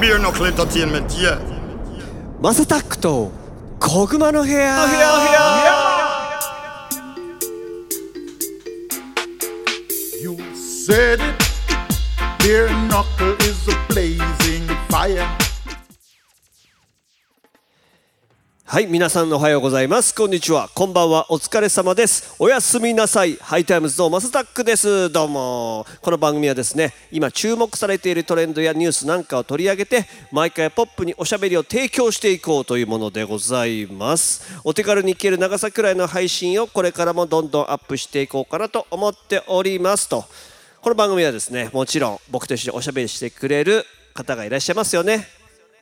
Beer Knuckle Entertainment, yeah. マサタックと小熊の部屋 You said it. Beer knuckle is a blazing fire. はい皆さんおはようございますこんにちはこんばんはお疲れ様ですおやすみなさいハイタイムズのマサタックですどうもこの番組はですね今注目されているトレンドやニュースなんかを取り上げて毎回ポップにおしゃべりを提供していこうというものでございますお手軽に聞ける長さくらいの配信をこれからもどんどんアップしていこうかなと思っておりますとこの番組はですねもちろん僕と一緒におしゃべりしてくれる方がいらっしゃいますよね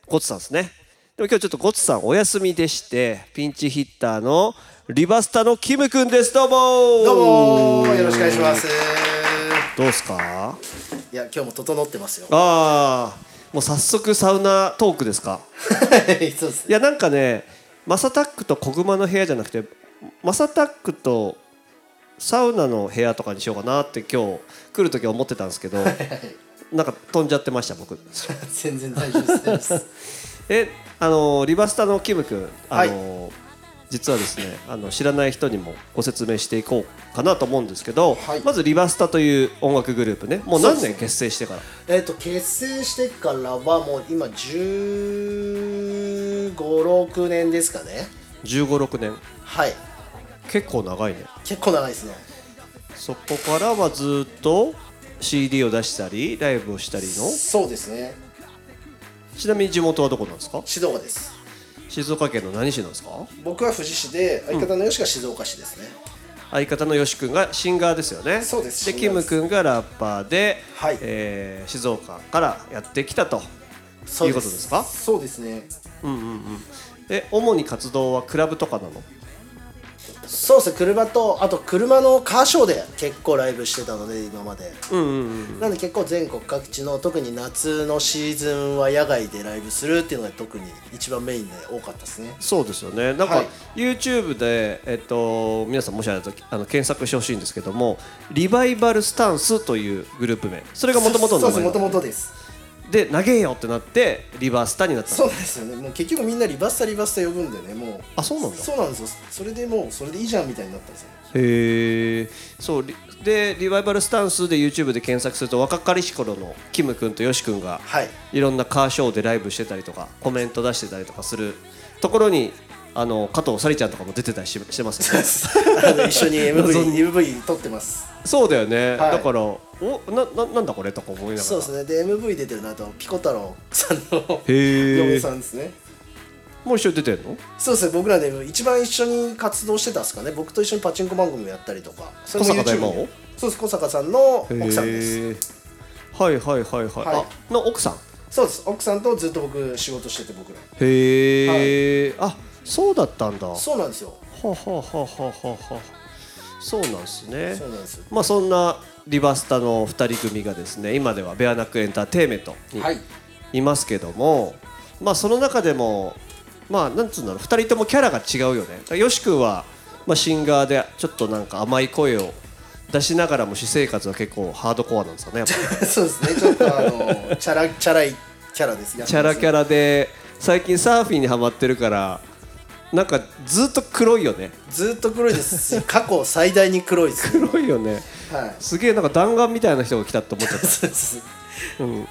ゴツさんですねでも今日ちょっとゴツさんお休みでしてピンチヒッターのリバスタのキムくんですどうもどうもよろしくお願いしますどうですかいや今日も整ってますよ はあーもう早速サウナトークですかいそうですいやなんかねマサタックと小熊の部屋じゃなくてマサタックとサウナの部屋とかにしようかなって今日来る時は思ってたんです けどなんか飛んじゃってました僕全然大丈夫です えあのリバスタのキム君あの、実はですねあの知らない人にもご説明していこうかなと思うんですけど、はいまずリバスタという音楽グループねもうそう何です年ね結成してからえっと結成してからはもう今1516年ですかね1 5 6年はい結構長いね結構長いですねそこからはずっと CD を出したりライブをしたりのそうですねちなみに地元はどこなんですか静岡です静岡県の何市なんですか僕は富士市で相方の吉が静岡市ですね、相方のよし君がシンガーですよねそうですでシンキガーでムす君がラッパーで、はいえー静岡からやってきたとそいうことですかそうですねえ主に活動はクラブとかなのそうですね車とあと車のカーショーで結構ライブしてたので今までうんうんうんなんで結構全国各地の特に夏のシーズンは野外でライブするっていうのが特に一番メインで多かったですねそうですよねなんか、はい YouTube で、えっと、皆さんもしあれだとあの検索してほしいんですけどもリバイバルスタンスというグループ名それがもともとの名前もとなのもとですで投げよってなってリバースタになったそうのですよねもう結局みんなリバッサリバッサ呼ぶんでねもうあそうなんだそうなんですよそれでもうそれでいいじゃんみたいになったんですよへえそうリでリバイバルスタンスで YouTube で検索すると若かりし頃のキム君とヨシ君がはい いろんなカーショーでライブしてたりとかコメント出してたりとかするところにあの加藤沙莉ちゃんとかも出てたりししてますよねあの一緒に謎 MV, MV 撮ってますそうだよね、はいだからおなななんだこれとか思いながらそうですねで MV 出てるのあとピコ太郎さんのへー嫁さんですねもう一緒に出てんのそうですね僕らで一番一緒に活動してたんですかね僕と一緒にパチンコ番組をやったりとかそれも小坂大 YouTube 魔王でそうです小坂さんの奥さんですすはいはいはいははい、いあの奥さんそうです奥さんとずっと僕仕事してて僕らへえ、あそうだったんだはそうなんですよあはあはあはあはあはあそうなんですねそうなんですよまあそんなリバスタの2人組がですね今ではベアナックエンターテインメントにはいいますけども、まあその中でもまあなんつうんだろう2人ともキャラが違うよねだからよし君は、まあ、シンガーでちょっとなんか甘い声を出しながらも私生活は結構ハードコアなんですよねやっぱ そうですねちょっとあのチャラチャラいキャラですチャラキャララで最近サーフィンにはまってるからなんかずっと黒いよねずっと黒いです し過去最大に黒いです黒いよねはいすげえなんか弾丸みたいな人が来たって思っちゃっそうですた、うん、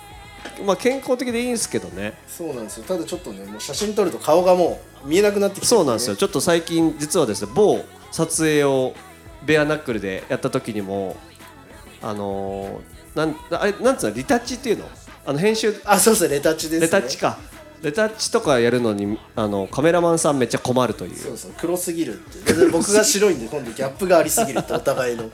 まあ健康的でいいんですけどねそうなんですよただちょっとねもう写真撮ると顔がもう見えなくなってきて、そうなんですよ、ちょっと最近、実はですね、某撮影をベアナックルでやった時にも、あのーなんあれ、なんつうの、リタッチっていうの、あの編集、あそうですねレタッチですねレタッチか、レタッチとかやるのにあの、カメラマンさんめっちゃ困るといそうう、そう黒すぎるってで僕が白いんで今度ギャップがありすぎるってお互い の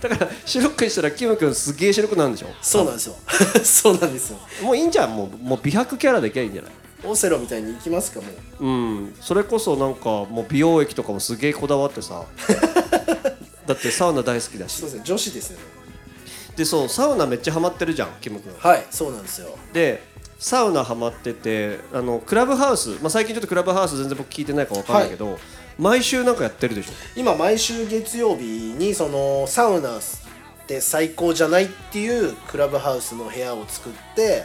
だから白くしたら、キム君、すげえ白くなるんでしょ、そうなんですよ そうなんですよもういいんじゃん、もうもう美白キャラできゃいいんじゃないオセロみたいに行きますかもううん、それこそなんか、もう美容液とかもすげえこだわって さ、だってサウナ大好きだしそう、ですね女子ですよねで、そう、サウナめっちゃハマってるじゃん、キム君。はいそうなんですよでサウナハマっててあのクラブハウス、まあ、最近ちょっとクラブハウス全然僕聞いてないから分かんないけど、毎週なんかやってるでしょ今毎週月曜日にそのサウナって最高じゃないっていうクラブハウスの部屋を作って、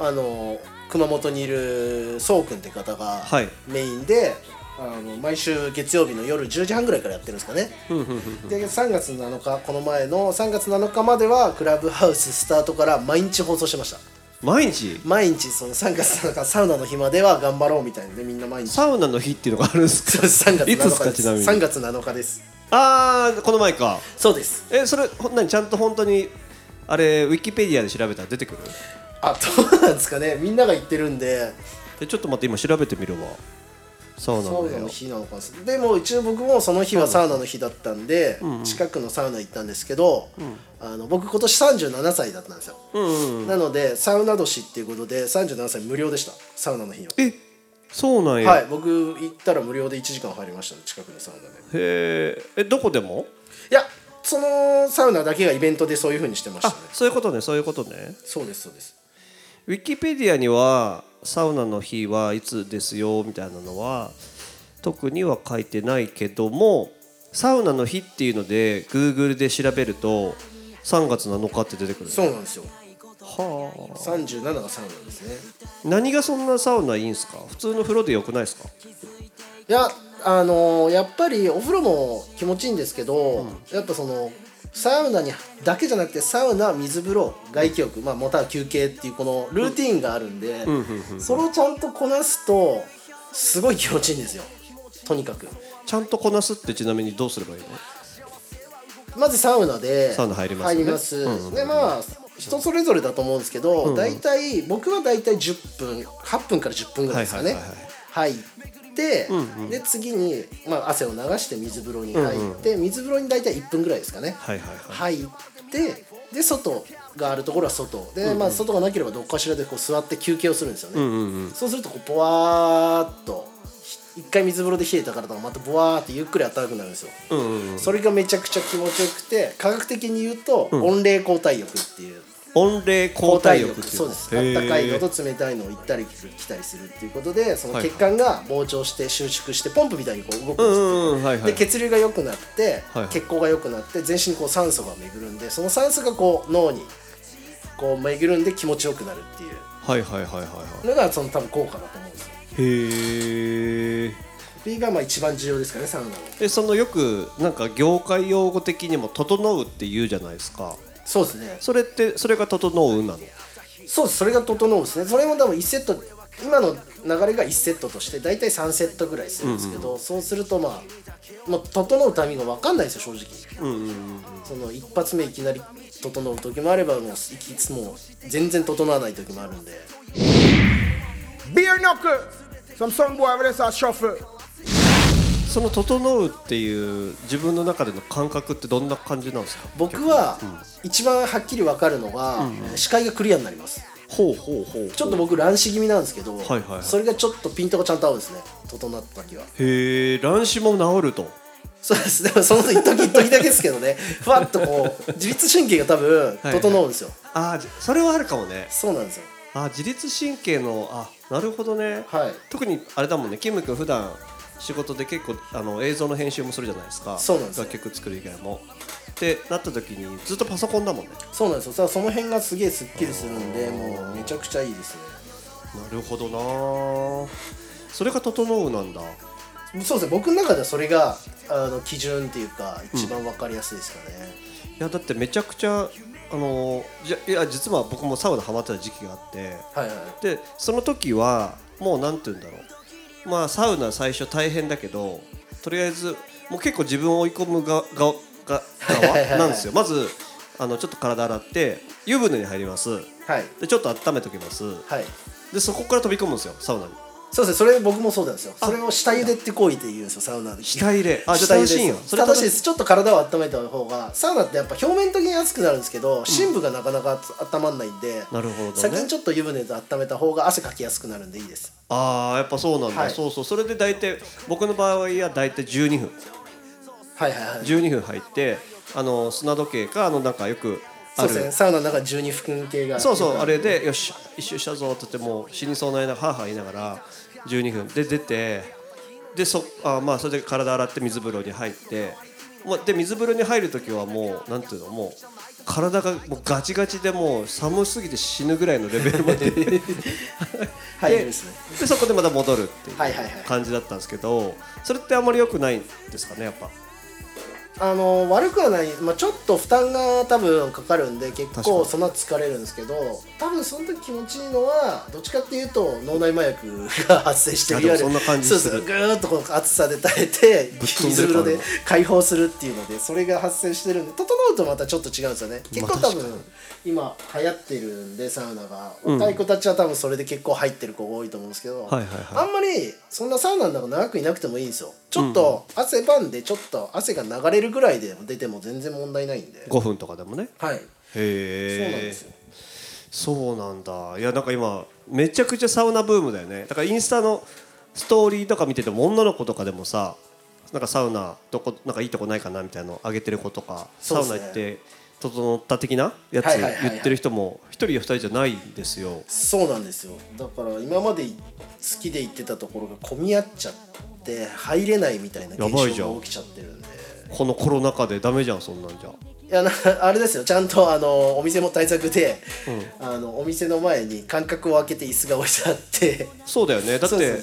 あの熊本にいるそうくんって方がはいメインで、あの毎週月曜日の夜10時半ぐらいからやってるんですかね。で3月7日この前の3月7日まではクラブハウススタートから毎日放送してました。毎日毎日その3月7日サウナの日までは頑張ろうみたいなねみんな毎日。サウナの日っていうのがあるんですそうか3月7日いつですかちなみに3月7日です。 ああこの前かそうです。えそれほんなにちゃんと本当にあれウィキペディアで調べたら出てくるあどうなんですかねみんなが言ってるんでえちょっと待って今調べてみるわサウナサのウ部ナ屋の日なのかなでも一応僕もその日はサウナの日だったんで、近くのサウナ行ったんですけど、あの僕今年37歳だったんですよ、なのでサウナ年っていうことで37歳無料でしたサウナの日は、えそうなんや、はいへ僕行ったら無料で1時間入りましたね近くのサウナでええどこでもいやそのサウナだけがイベントでそういうふうにしてましたあねそういうことねそういうことねそうですそうですウィキペディアにはサウナの日はいつですよみたいなのは特には書いてないけどもサウナの日っていうので Google で調べると3月7日って出てくるそうなんですよは37がサウナですねあ何がそんなサウナいいんすか普通の風呂でよくないですかいやあのーやっぱりお風呂も気持ちいいんですけど、やっぱそのサウナにだけじゃなくてサウナ水風呂外気浴、まあ、または休憩っていうこのルーティンがあるんで、それをちゃんとこなすとすごい気持ちいいんですよとにかくちゃんとこなすってちなみにどうすればいいのまずサウナでサウナ入りますよねますでまあ人それぞれだと思うんですけど、大体僕は大体10分8分から10分ぐらいですかね、はいはいはい入って、で次に、まあ、汗を流して水風呂に入って、水風呂に大体1分ぐらいですかね、はいはいはい入ってで外があるところは外で、まあ、外がなければどっかしらでこう座って休憩をするんですよね、そうするとこうボワーっとひ一回水風呂で冷えた体がまたボワーってゆっくり温かくなるんですよ、それがめちゃくちゃ気持ちよくて科学的に言うと、温冷交代浴っていう温冷交代浴っていうそうですあったかいのと冷たいのを行ったり来たりするっていうことでその血管が膨張して収縮してポンプみたいにこう動くんですよ、うんうんはいはいで血流が良くなって、はいはい血行が良くなって全身にこう酸素が巡るんでその酸素がこう脳にこう巡るんで気持ちよくなるっていうはいはいはいはいはのがその多分効果だと思うんですよ。いへえそれがまあ一番重要ですかねサウナの。でそのよくなんか業界用語的にも「整う」って言うじゃないですかそうですね。それってそれが「整う」なのそうですそれが整うんですね。それも多分1セット今の流れが1セットとして大体3セットぐらいするんですけど、そうするとまあもう整うタイミングが分かんないですよ正直、その一発目いきなり整う時もあればもういつも全然整わない時もあるんで Beer knuckle. Some song boy over there say shuffle. その「整う」っていう自分の中での感覚ってどんな感じなんですか僕は一番はっきり分かるのが、視界がクリアになりますほうほうほうちょっと僕乱視気味なんですけど、はいはいそれがちょっとピントがちゃんと合うんですね整った時はへえ乱視も治るとそうですでもその 時一時一時だけですけどねふわっとこう自律神経が多分はい整うんですよ、ああそれはあるかもねそうなんですよあー自律神経のあなるほどね、はい特にあれだもんねキム君普段仕事で結構あの映像の編集もするじゃないですかそうなんですよ楽曲作る以外もってなった時にずっとパソコンだもんねそうなんですよさあその辺がすげえすっきりするんでもうめちゃくちゃいいですなるほどなーそれが整うなんだねそうですね僕の中ではそれがあの基準っていうか一番分かりやすいですかね、いやだってめちゃくちゃあのーじゃいや実は僕もサウナハマってた時期があってはいはいでその時はもうなんて言うんだろうまあサウナ最初大変だけどとりあえずもう結構自分を追い込むががが 側なんですよまずあのちょっと体洗って湯船に入りますはいでちょっと温めときますはいでそこから飛び込むんですよサウナにそうですねそれ僕もそうなんですよそれを下茹でって行為って言うんですよサウナで下入れあじゃ下あ茹で楽しいんよですそれ楽しいですちょっと体を温めた方がサウナってやっぱ表面的に熱くなるんですけど深部がなかなか温まんないんで、なるほどね先にちょっと湯船で温めた方が汗かきやすくなるんでいいですああやっぱそうなんだ、はいそうそうそれで大体僕の場合は大体12分はいはいはい12分入ってあの砂時計かあのなんかよくあそうるですねサウナの中に12分系がそうそうあれでよし一周したぞって言ってもう死にそうなりながらはあはあ言いながら12分で出てでそあまあそれで体洗って水風呂に入ってもうで水風呂に入る時はもうなんていうのもう体がもうガチガチでもう寒すぎて死ぬぐらいのレベ ルまでではいですねでそこでまた戻るっていうはいはいはい感じだったんですけどそれってあんまり良くないんですかねやっぱあの悪くはない、まあ、ちょっと負担が多分かかるんで結確か構にその後疲れるんですけど多分その時気持ちいいのはどっちかっていうと脳内麻薬が 発生してあるでもいわゆるそんな感じそうするそうぐーっとこの暑さで耐えてぶっ飛んで水る風呂感がで解放するっていうのでそれが発生してるんで整うとまたちょっと違うんですよね結構多分、まあ確かに今流行ってるんでサウナが若い子たちは多分それで結構入ってる子多いと思うんですけど、はいはいはあいんまりそんなサウナの中長くいなくてもいいんですよちょっと汗ばんでちょっと汗が流れるぐらいで出ても全然問題ないんで5分とかでもねはいそうなんへでえすよそうなんだいやなんか今めちゃくちゃサウナブームだよねだからインスタのストーリーとか見てても女の子とかでもさなんかサウナどこなんかいいとこないかなみたいなの上げてる子とか、そサうですウナね行って整った的なやつはいはいはいはい言ってる人も一人や二人じゃないんですよそうなんですよだから今まで好きで行ってたところが混み合っちゃって入れないみたいな現やばいじゃ象んが起きちゃってるんでこのコロナ禍でダメじゃんそんなんじゃいやな あれですよちゃんとあのお店も対策で、あのお店の前に間隔を空けて椅子が置いてあってそうだよねだってそそううそう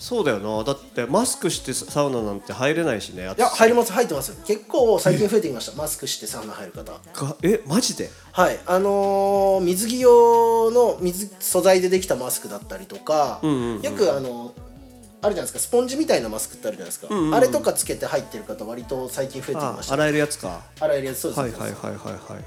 そうだよなだってマスクしてサウナなんて入れないしねいいや入ります入ってます結構最近増えてきましたマスクしてサウナ入る方えマジではいあのー水着用の水素材でできたマスクだったりとか、んうんうんよくあのあるじゃないですかスポンジみたいなマスクってあるじゃないですか、んうんあれとかつけて入ってる方割と最近増えてきあました洗えるやつか洗えるやつそうです、はいはいはいはいはい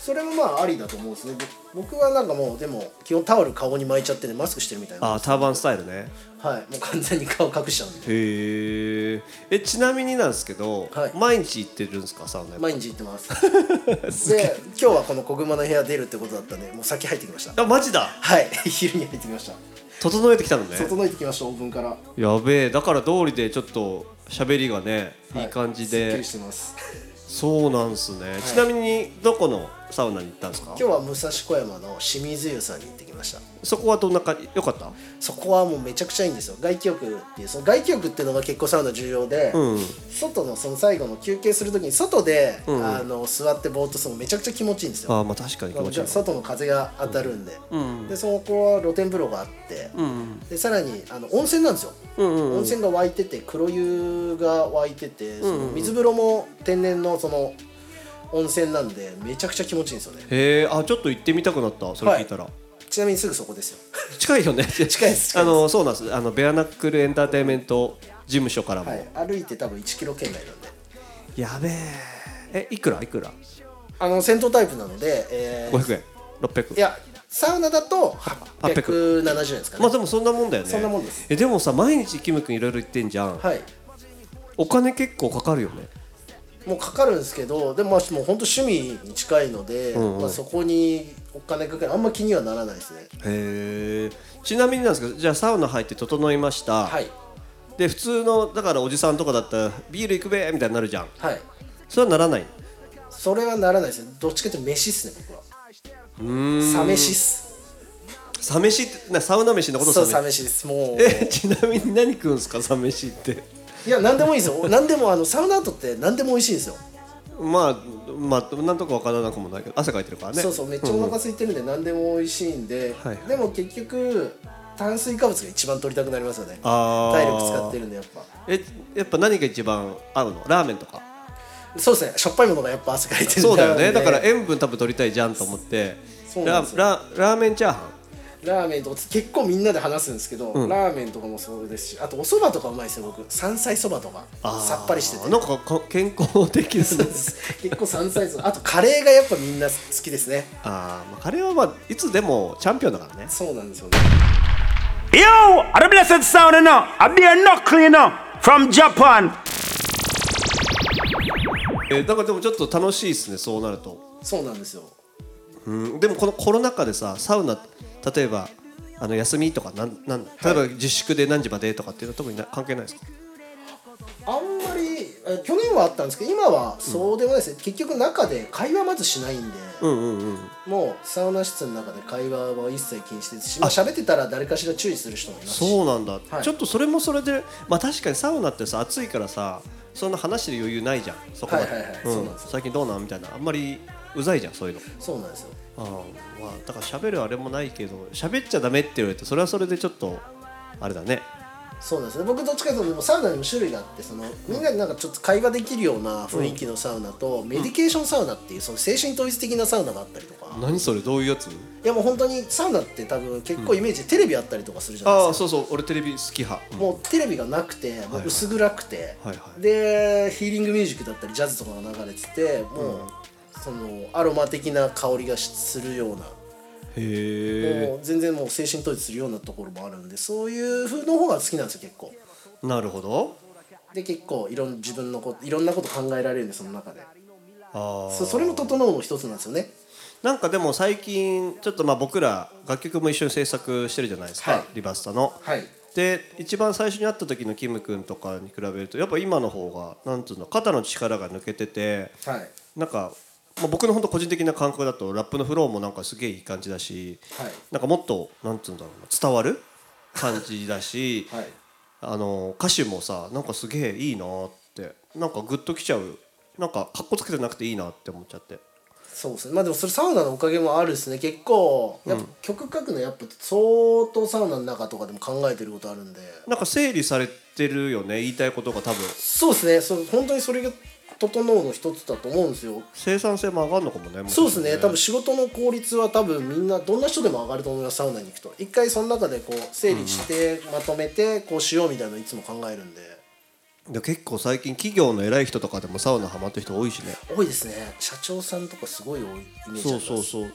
それもまあありだと思うんですねぼ僕はなんかもうでも基本タオル顔に巻いちゃってねマスクしてるみたいなあーターバンスタイルねはいもう完全に顔隠しちゃうんでへーえちなみになんですけど、はい毎日行ってるんですかサウナに毎日行ってます で今日はこの小熊の部屋出るってことだったんでもう先入ってきましたあマジだはい 昼に入ってきました整えてきたのね整えてきましたオープンからやべえだから通りでちょっと喋りがねいい感じはいすっきで、りしてますそうなんすね、ちなみにどこのサウナに行ったんですか今日は武蔵小山の清水湯さんに行ってきましたそこはどんな感じよかったそこはもうめちゃくちゃいいんですよ外気浴っていうその外気浴っていうのが結構サウナ重要で、うん外のその最後の休憩するときに外で、んあの座ってぼーっとするのめちゃくちゃ気持ちいいんですよあーまあ確かに気持ちいいな外の風が当たるんで、うんでそこは露天風呂があって、うんでさらにあの温泉なんですよ、うんうん温泉が湧いてて黒湯が湧いててその水風呂も天然のその温泉なんでめちゃくちゃ気持ちいいんですよねへえあちょっと行ってみたくなったそれ聞いたら、ちなみにすぐそこですよ近いよね近 い近いですあのそうなんですあのベアナックルエンターテインメント事務所からも、はい、歩いて多分1キロ圏内なんでやべええいくらいくらあの銭湯タイプなので、えー500円600いやサウナだと870 870円ですかね、まあでもそんなもんだよねそんなもんですえでもさ毎日キム君いろいろ言ってんじゃん、はいお金結構かかるよねもうかかるんですけどでもまあもう本当趣味に近いので、んうんまあ、そこにお金かけるあんま気にはならないですねへえちなみになんですけどじゃあサウナ入って整いました、はいで普通のだからおじさんとかだったらビール行くべみたいになるじゃんはいそれはならないそれはならないですねどっちかっていうと飯っすね僕はうーんサ飯っすサ飯ってなサウナ飯のことそうササ飯飯ですもうえちなみに何食うんですかサ飯っていや何でもいいですよ何でもあのサウナ後って何でも美味しいんですよ、まあまあなんとかわからなくもないけど汗かいてるからねそうそうめっちゃお腹空いてるんで何でも美味しいんで、はいはいでも結局炭水化物が一番取りたくなりますよねあー体力使ってるんでやっぱえやっぱ何が一番合うのラーメン とかそうですねしょっぱいものがやっぱ汗かいてるんでそうだよねだから塩分多分取りたいじゃんと思ってそうなんラですよララーメンチャーハンラーメンとか結構みんなで話すんですけど、ラーメンとかもそうですしあとお蕎麦とかうまいですよ僕山菜そばとかあーさっぱりしてて なんかか健康的ですね結構山菜そばあとカレーがやっぱみんな好きですねあー、まあ、彼はまあいつでもチャンピオンだからねそうなんですよね Yo, are the blessed sound, you know. I be a knuckle, you know, from Japan. えーなんかでもちょっと楽しいですねそうなると、そうなんですようん、でもこのコロナ禍でさサウナ例えばあの休みとかなんなん例えば自粛で何時までとかっていうのは特にな関係ないですかあんまりえ去年はあったんですけど今はそうでもないですね、結局中で会話まずしないんで、うんうんうんもうサウナ室の中で会話は一切禁止ですしまあ喋ってたら誰かしら注意する人もいますしそうなんだ、はいちょっとそれもそれでまあ確かにサウナってさ暑いからさそんな話で余裕ないじゃんそこまで、はいはいはいうんそうなんですよ最近どうなんみたいなあんまりうざいじゃんそういうのそうなんですよあまあだから喋るあれもないけど喋っちゃダメって言われてそれはそれでちょっとあれだねそうなんですね僕どっちかというとでもサウナにも種類があってそのみんなでなんかちょっと会話できるような雰囲気のサウナと、メディケーションサウナっていうその精神統一的なサウナがあったりとか、い何それどういうやつやもう本当にサウナって多分結構イメージ、テレビあったりとかするじゃないですあかあそうそう俺テレビ好き派、うんもうテレビがなくてもう薄暗くて、はいはいでヒーリングミュージックだったりジャズとかが流れててもう、そのアロマ的な香りがしするような、へもう全然もう精神統一するようなところもあるんでそういう風の方が好きなんですよ結構えなるほどで結構いろん自分のこといろんなこと考えられるんでその中でああそそれも整うの一つなんですよねなんかでも最近ちょっとまあ僕ら楽曲も一緒に制作してるじゃないですか、はいリバスタの。はいで一番最初に会った時のキム君とかに比べるとやっぱ今の方がなんつうの肩の力が抜けててはいなんか、まあ、僕の本当個人的な感覚だとラップのフローもなんかすげえいい感じだし、はいなんかもっとなんつうんだろうな伝わる感じだし、 はいあの歌手もさなんかすげえいいなってなんかグッときちゃうなんかかっこつけてなくていいなって思っちゃって。そうですねまあでもそれサウナのおかげもあるですね結構やっぱ曲書くのやっぱ相当サウナの中とかでも考えてることあるんでなんか整理されてるよね言いたいことが多分そうですねそう本当にそれが整うの一つだと思うんですよ生産性も上がるのかもねもしかそうでしたすらね多分仕事の効率は多分みんなどんな人でも上がると思いますサウナに行くと一回その中でこう整理してまとめてこうしようみたいなのいつも考えるんでで結構最近企業の偉い人とかでもサウナハマってる人多いしね多いですね社長さんとかすごい多いイメージありそうますそうそう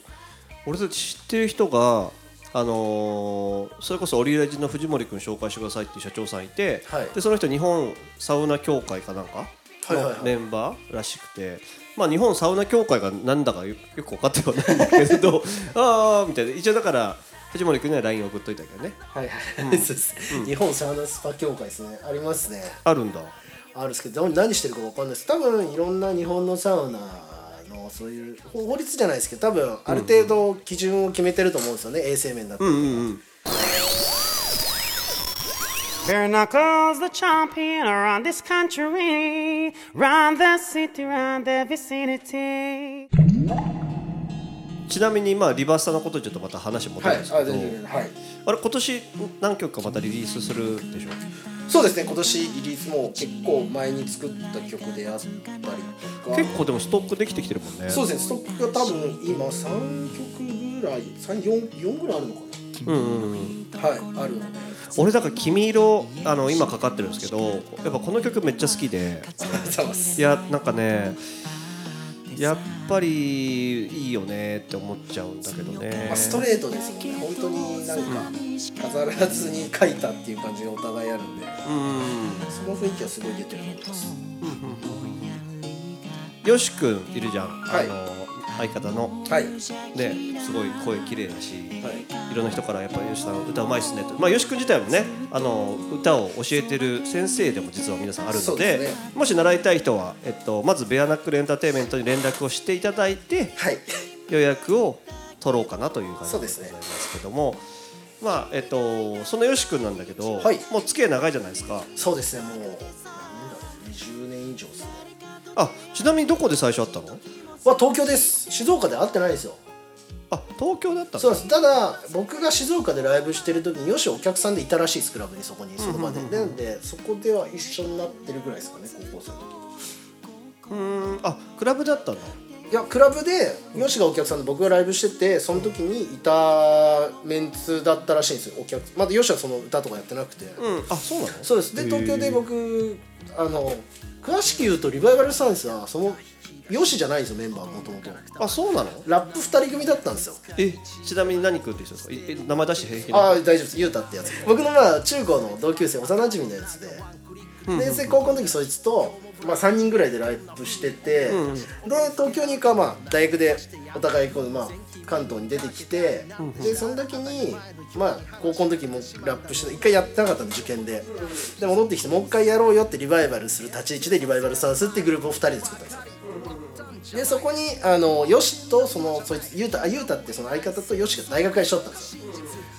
俺たち知ってる人があのーそれこそオリラジの藤森君紹介してくださいっていう社長さんいて、はいでその人日本サウナ協会かなんかはいはいはのいメンバーらしくて、まあ日本サウナ協会がなんだかよよく分かってはないんだけ どああみたいな一応だから藤森君には LINE 送っといたけどねはいはいはい、そうです、日本サウナスパ協会ですねありますねあるんだあるんですけど何してるかわかんないです多分いろんな日本のサウナのそういう法律じゃないですけど多分ある程度基準を決めてると思うんですよね、衛生面だって、 Bare knuckles, the champion around this country, round the city, round the vicinity. ちなみにまあリバースタのことちょっとまた話戻はるいんですあけ大ど、丈夫ですはいあれ今年何曲かまたリリースするでしょそうですね今年リリースも結構前に作った曲であったりとか結構でもストックできてきてるもんねそうですねストックが多分今3曲ぐらい34ぐらいあるのかな、はいあるので俺だから「君色」あの今かかってるんですけどやっぱこの曲めっちゃ好きでありがとうございますいやなんかねやっぱりいいよねって思っちゃうんだけどねまあ、ストレートですよね本当になんか飾らずに書いたっていう感じがお互いあるんでうんその雰囲気はすごい出てると思いますよし君いるじゃん、はいあの相方のはいねすごい声綺麗だし、はいいろんな人からやっぱりよしさん歌うまいっすねと、まあ、よし君自体もねあの歌を教えてる先生でも実は皆さんあるそのうでですねもし習いたい人は、えっと、まずベアナックルエンターテインメントに連絡をしていただいてはい予約を取ろうかなという感そじでうごですざねいますけども、まあえっと、そのよし君なんだけど、はいもう付き合い長いじゃないですかそうですねもう何だろう20年以上ですねあちなみにどこで最初会ったのは東京です静岡で会ってないですよあ東京だったのそうなんですただ僕が静岡でライブしてる時によしお客さんでいたらしいですクラブにそこにその場で、なんでそこでは一緒になってるぐらいですかね高校生の時うーんあクラブだったんだいやクラブでよしがお客さんで僕がライブしててその時にいたメンツだったらしいんですよお客まだよしはその歌とかやってなくて、うんあそうなのそうですで東京で僕あの詳しく言うとリバイバルサンスはそのよしじゃないんですよメンバーもともとあそうなのラップ2人組だったんですよえちなみに何君って人ですかいえ名前出して平気なのああ大丈夫ですゆうたってやつ僕のまあ中高の同級生幼馴染のやつででそれ高校の時そいつと、まあ、3人ぐらいでライブしてて、で東京に行くか、まあ、大学でお互いこう、まあ、関東に出てきて、でその時に、まあ、高校の時もラップして一回やってなかったの受験でで戻ってきてもう一回やろうよってリバイバルする立ち位置でリバイバルサウスっていうグループを2人で作ったんですよでそこにあのヨシとそのそいつユータあユータってその相方とヨシが大学が一緒だったんですよ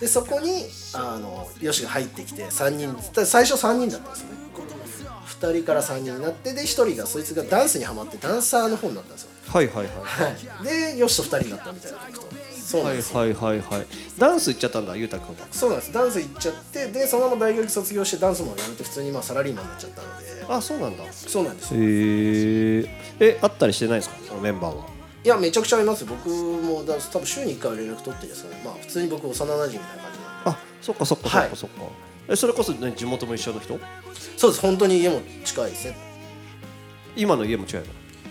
でそこにあのヨシが入ってきて3人最初3人だったんですよね2 2人から3人になってで1人がそいつがダンスにはまってダンサーの方になったんですよ、はいはいはいはい、でよしと2人になったみたいな格闘そうなんはいですよ、はいはいはいダンス行っちゃったんだゆうたくんがそうなんですダンス行っちゃってでそのまま大学卒業してダンスもやめて普通にまあサラリーマンになっちゃったのであそうなんだへそうなんですよええ会ったりしてないんですかそのメンバーはいやめちゃくちゃありますよ僕もだ多分週に1回は連絡取ってるんですけど、まあ、普通に僕幼馴染みたいな感じなんであそっかそっかそっかそっか、えそれこそ、ね、地元も一緒の人そうです本当に家も近いですね今の家も違う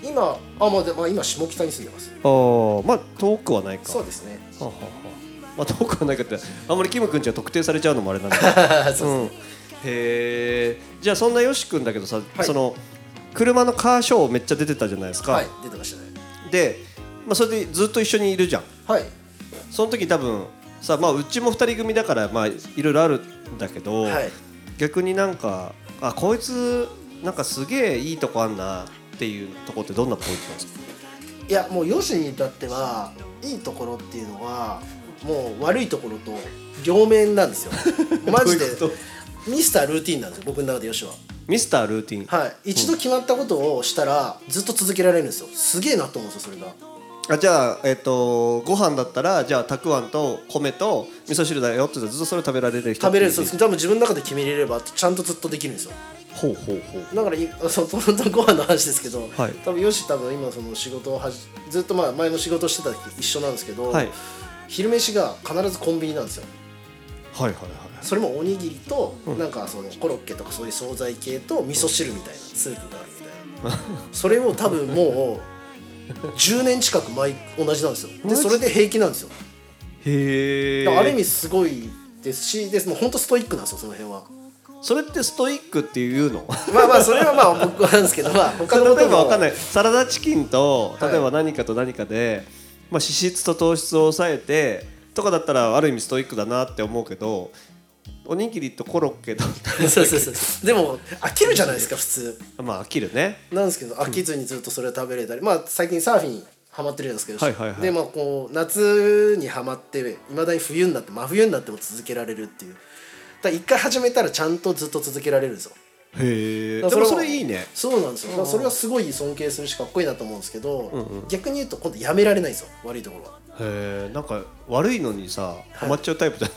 今あ、まあでまあ、今下北に住んでますのああまあ遠くはないかそうです ねはあはあはあまあ、遠くはないかってあんまりキム君じゃ特定されちゃうのもあれなんだけそど、ううん、へえじゃあそんなよし君だけどさ、はいその車のカーショーめっちゃ出てたじゃないですか、はい出てましたねで、まあ、それでずっと一緒にいるじゃんはいその時多分さ、まあ、うちも2人組だから、まあ、いろいろあるんだけど、はい逆になんかあこいつなんかすげえいいとこあんなっていうとこってどんなポイントなんですかいやもうヨシに至ってはいいところっていうのはもう悪いところと両面なん ですよマジでどういうこミスタールーティンなんですよ僕の中でヨシはミスタールーティン、はい一度決まったことをしたらずっと続けられるんですよすげえなと思うんですよそれがあじゃあ、えっとご飯だったらじゃあたくあんと米と味噌汁だよって言ったらずっとそれ食べられる人食べれるそそううです多分自分の中で決めれればちゃんとずっとできるんですよほうほうほうだからいあそうトロントご飯の話ですけど、はい多分よし多分今その仕事をはじずっとまあ前の仕事してた時一緒なんですけど、はい昼飯が必ずコンビニなんですよはいはいはいそれもおにぎりと、なんかそのコロッケとかそういう惣菜系と味噌汁みたいなスープがあるみたいなそれを多分もう10年近く毎同じなんですよでそれで平気なんですよへえだからある意味すごいですしでもう本当ストイックなんですよその辺はそれってストイックっていうのまあまあそれはまあ僕はなんですけどまあ他のことも例えばわかんないサラダチキンと例えば何かと何かで、まあ、脂質と糖質を抑えてとかだったらある意味ストイックだなって思うけどおにぎりとコロッケとそうそうそうでも飽きるじゃないですか普通 まあ飽きるねなんですけど飽きずにずっとそれを食べれたり、まあ最近サーフィンハマってるんですけど、はいはいはいでまあこう夏にハマっていまだに冬になって真冬になっても続けられるっていうだから一回始めたらちゃんとずっと続けられるんですよへえだでからもはそれいいねそうなんですよだからそれはすごい尊敬するしかっこいいなと思うんですけど、逆に言うと今度やめられないんですよ悪いところはへえんか悪いのにさハマっちゃうタイプじゃ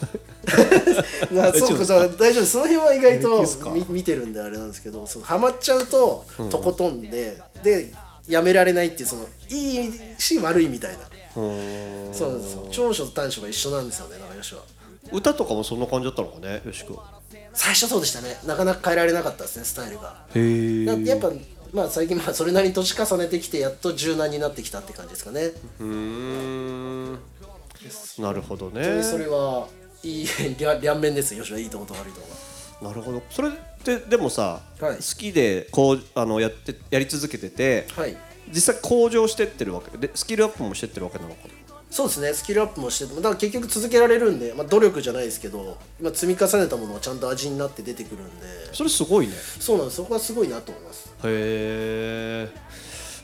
ないま あそうかだから大丈夫ですその辺は意外平気ですかとみ見てるんであれなんですけどそうハマっちゃうととことんで、でやめられないっていうそのいいし悪いみたいなそうなんですよ長所と短所が一緒なんですよねなんかよしは歌とかもそんな感じだったのかねよしく最初そうでしたねなかなか変えられなかったですねスタイルがへだやっぱまあ最近まあそれなりに年重ねてきてやっと柔軟になってきたって感じですかねんなるほどねでそれはいい 両両面ですよよしはいいとこと悪いとこなるほどそれってでもさ、はい好きでこうあのやってやり続けてて、がはい実際向上してってるわけでスキルアップもしてってるわけなのかなそうですねスキルアップもしててだから結局続けられるんで、まあ、努力じゃないですけど、まあ、積み重ねたものはちゃんと味になって出てくるんでそれすごいねそうなんですそこはすごいなと思いますへ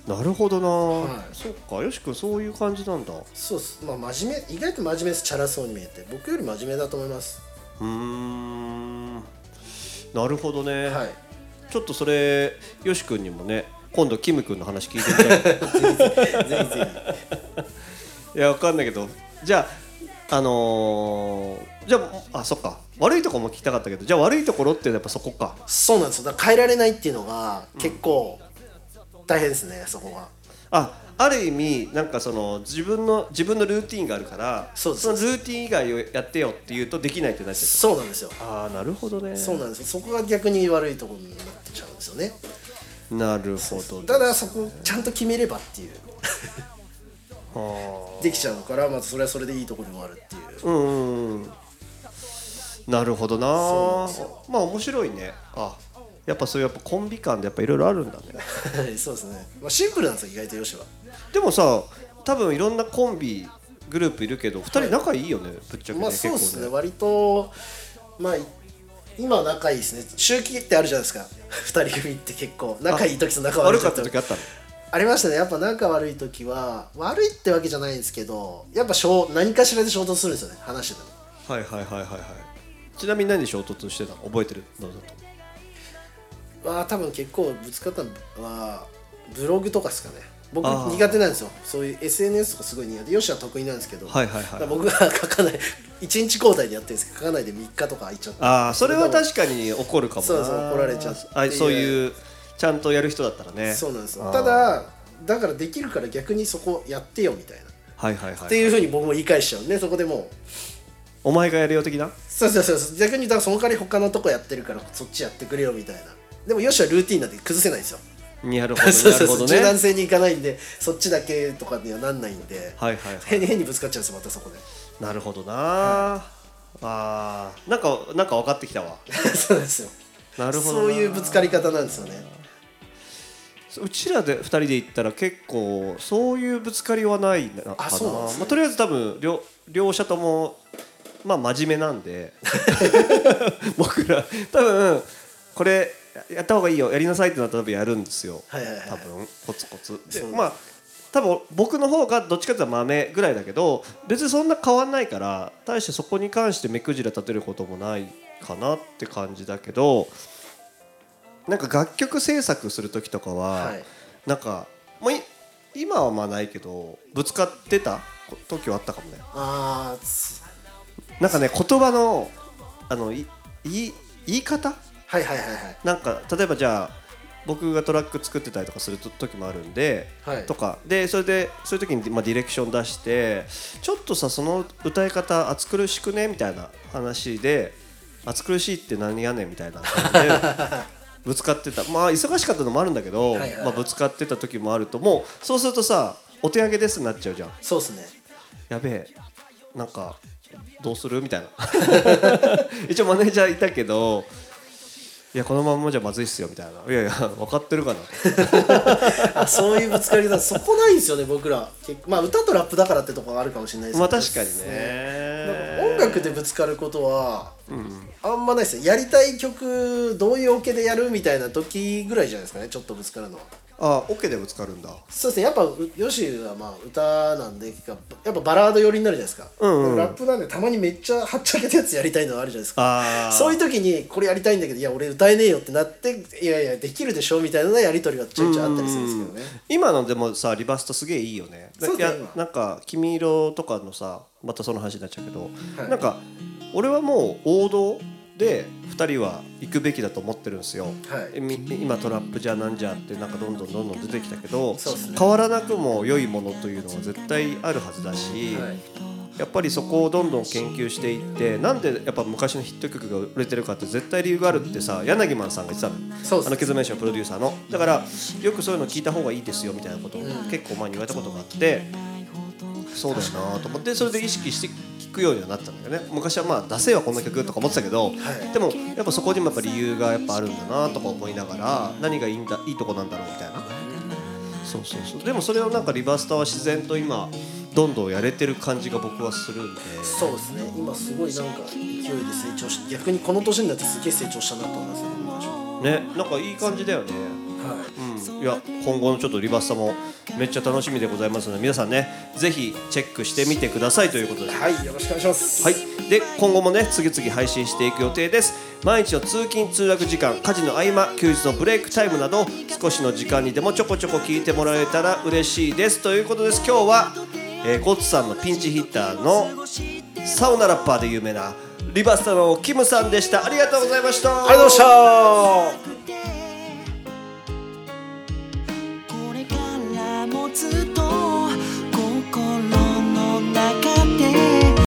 えなるほどな、いそっかよしくんそういう感じなんだうそうです、まあ、真面目意外と真面目ですチャラそうに見えて僕より真面目だと思いますーんなるほどね、はいちょっとそれよし君にもね今度キム君の話聞いてみたいぜひぜいやわかんないけどじゃああのーじゃああそっか悪いとこも聞きたかったけどじゃあ悪いところってやっぱそこかひそうなんですよだから変えられないっていうのが結構大変ですね、そこがあある意味なんかその自分の自分のルーティンがあるからそうですのルーティン以外をやってよって言うとできないってなっちゃうそうなんですよああなるほどねそうなんですそこが逆に悪いところになってちゃうんですよねなるほどただそこちゃんと決めればっていうできちゃうからまずそれはそれでいいところもあるっていううんうんなるほどなまあ面白いねあやっぱそういうやっぱコンビ感でやっぱいろいろあるんだねはいそうですね、まあ、シンプルなんですよ意外とよしはでもさ多分いろんなコンビグループいるけど2人仲いいよね、ぶっちゃけね、まあそうですね結構ね割とまあい今仲いいですね周期ってあるじゃないですか二人組って結構仲いい時と仲悪悪いか時ったと時あったのありましたねやっぱ仲悪い時は悪いってわけじゃないんですけどやっぱしょう何かしらで衝突するんですよね話しててもはいはいはいはいはいちなみに何で衝突してたの覚えてるどうぞは多分結構ぶつかったのはブログとかですかね僕苦手なんですよそういう SNS とかすごい苦手よしは得意なんですけど、はいはいはい僕が書かない1日 交代でやってるんですけど書かないで3日とか空いちゃってああそれ多は分確かに怒るかもなそうそう怒られちゃうっていうあそういうちゃんとやる人だったらねそうなんですあよーただだからできるから逆にそこやってよみたいなっはいはいはいていうふうに僕も言い返しちゃうんでそこでもうお前がやるよ的なそうそうそうそう逆にだからその代わり他のとこやってるからそっちやってくれよみたいなでもよしはルーティンなんで崩せないんです よなるほ どそうなそるうほそどうね柔軟性にいかないんでそっちだけとかにはなんないんで、はいはいはい変に変にぶつかっちゃうんですよまたそこで なるほどな、あーなんかなんか分かってきたわそうなんですよなるほどなそういうぶつかり方なんですよねうちらで2人で行ったら結構そういうぶつかりはないなかなあそうなんですねまあ、とりあえず多分両両者ともまあ真面目なんで 僕ら多分これやった方がいいよやりなさいってなったら多分やるんですよ、はいはいはい多分コツコツでそうまあ多分僕の方がどっちかっていうと豆ぐらいだけど別にそんな変わんないから大してそこに関して目くじら立てることもないかなって感じだけどなんか楽曲制作する時とかは、はいなんかもうい今はまあないけどぶつかってた時はあったかもねああつなんかね言葉のあのいい言い方はいはいはいはいなんか例えばじゃあ僕がトラック作ってたりとかすると時もあるんで、はいとかでそれでそういう時に、まあ、ディレクション出してちょっとさその歌い方暑苦しくねみたいな話で暑苦しいって何やねん みたいな感じでぶつかってたまあ忙しかったのもあるんだけど、いはいはいまあ、ぶつかってた時もあるともうそうするとさお手上げですになっちゃうじゃんそうですねやべえなんかどうするみたいな 一応マネージャーいたけどいやこのまんまじゃまずいっすよみたいないやいや分かってるかなあそういうぶつかり方そこないんですよね僕ら結構まあ歌とラップだからってとこがあるかもしれないですけまどあ確かになんかね音楽でぶつかることはあんまないですねやりたい曲どういうオケでやるみたいな時ぐらいじゃないですかねちょっとぶつかるのはあオケでぶつかるんだそうですねやっぱうヨシはまあ歌なんでやっぱバラード寄りになるじゃないですか、ラップなんでたまにめっちゃはっちゃけたやつやりたいのあるじゃないですあかーそういう時にこれやりたいんだけどいや俺歌えねえよってなっていやいやできるでしょみたいなやり取りがちょいちょいあったりするんですけどね、 今のでもさリバーストすげえいいよねだそうだよいや今なんか「君色」とかのさまたその話になっちゃうけど、なんか俺はもう王道で2人は行くべきだと思ってるんですよ、はいみ今トラップじゃなんじゃってなんかどんどんどんどん出てきたけど、そうですね変わらなくも良いものというのは絶対あるはずだし、はいやっぱりそこをどんどん研究していってなんでやっぱ昔のヒット曲が売れてるかって絶対理由があるってさ柳マンさんが言ってたのそうですあのケズメンションプロデューサーのだからよくそういうの聞いた方がいいですよみたいなことを結構前に言われたことがあってそうだよなと思ってそれで意識して聞くようにはなったんだよね昔はまあ「出せはこんな曲」とか思ってたけど、でもやっぱそこにもやっぱ理由がやっぱあるんだなとか思いながら何がいいんだいいとこなんだろうみたいなそうそうそうでもそれをなんかリバースターは自然と今どんどんやれてる感じが僕はするんでそうですね今すごいなんか勢いで成長し逆にこの年になってすげえ成長したなと思いますよ僕の印象ねなんかいい感じだよねはいうんいや今後のちょっとリバースターもめっちゃ楽しみでございますので皆さんねぜひチェックしてみてくださいということですはい、よろしくお願いします。はい、で今後もね次々配信していく予定です毎日の通勤通学時間家事の合間休日のブレイクタイムなど少しの時間にでもちょこちょこ聞いてもらえたら嬉しいですということです今日は、えーゴッツさんのピンチヒッターのサウナラッパーで有名なリバスタのキムさんでしたありがとうございましたありがとうございまし「た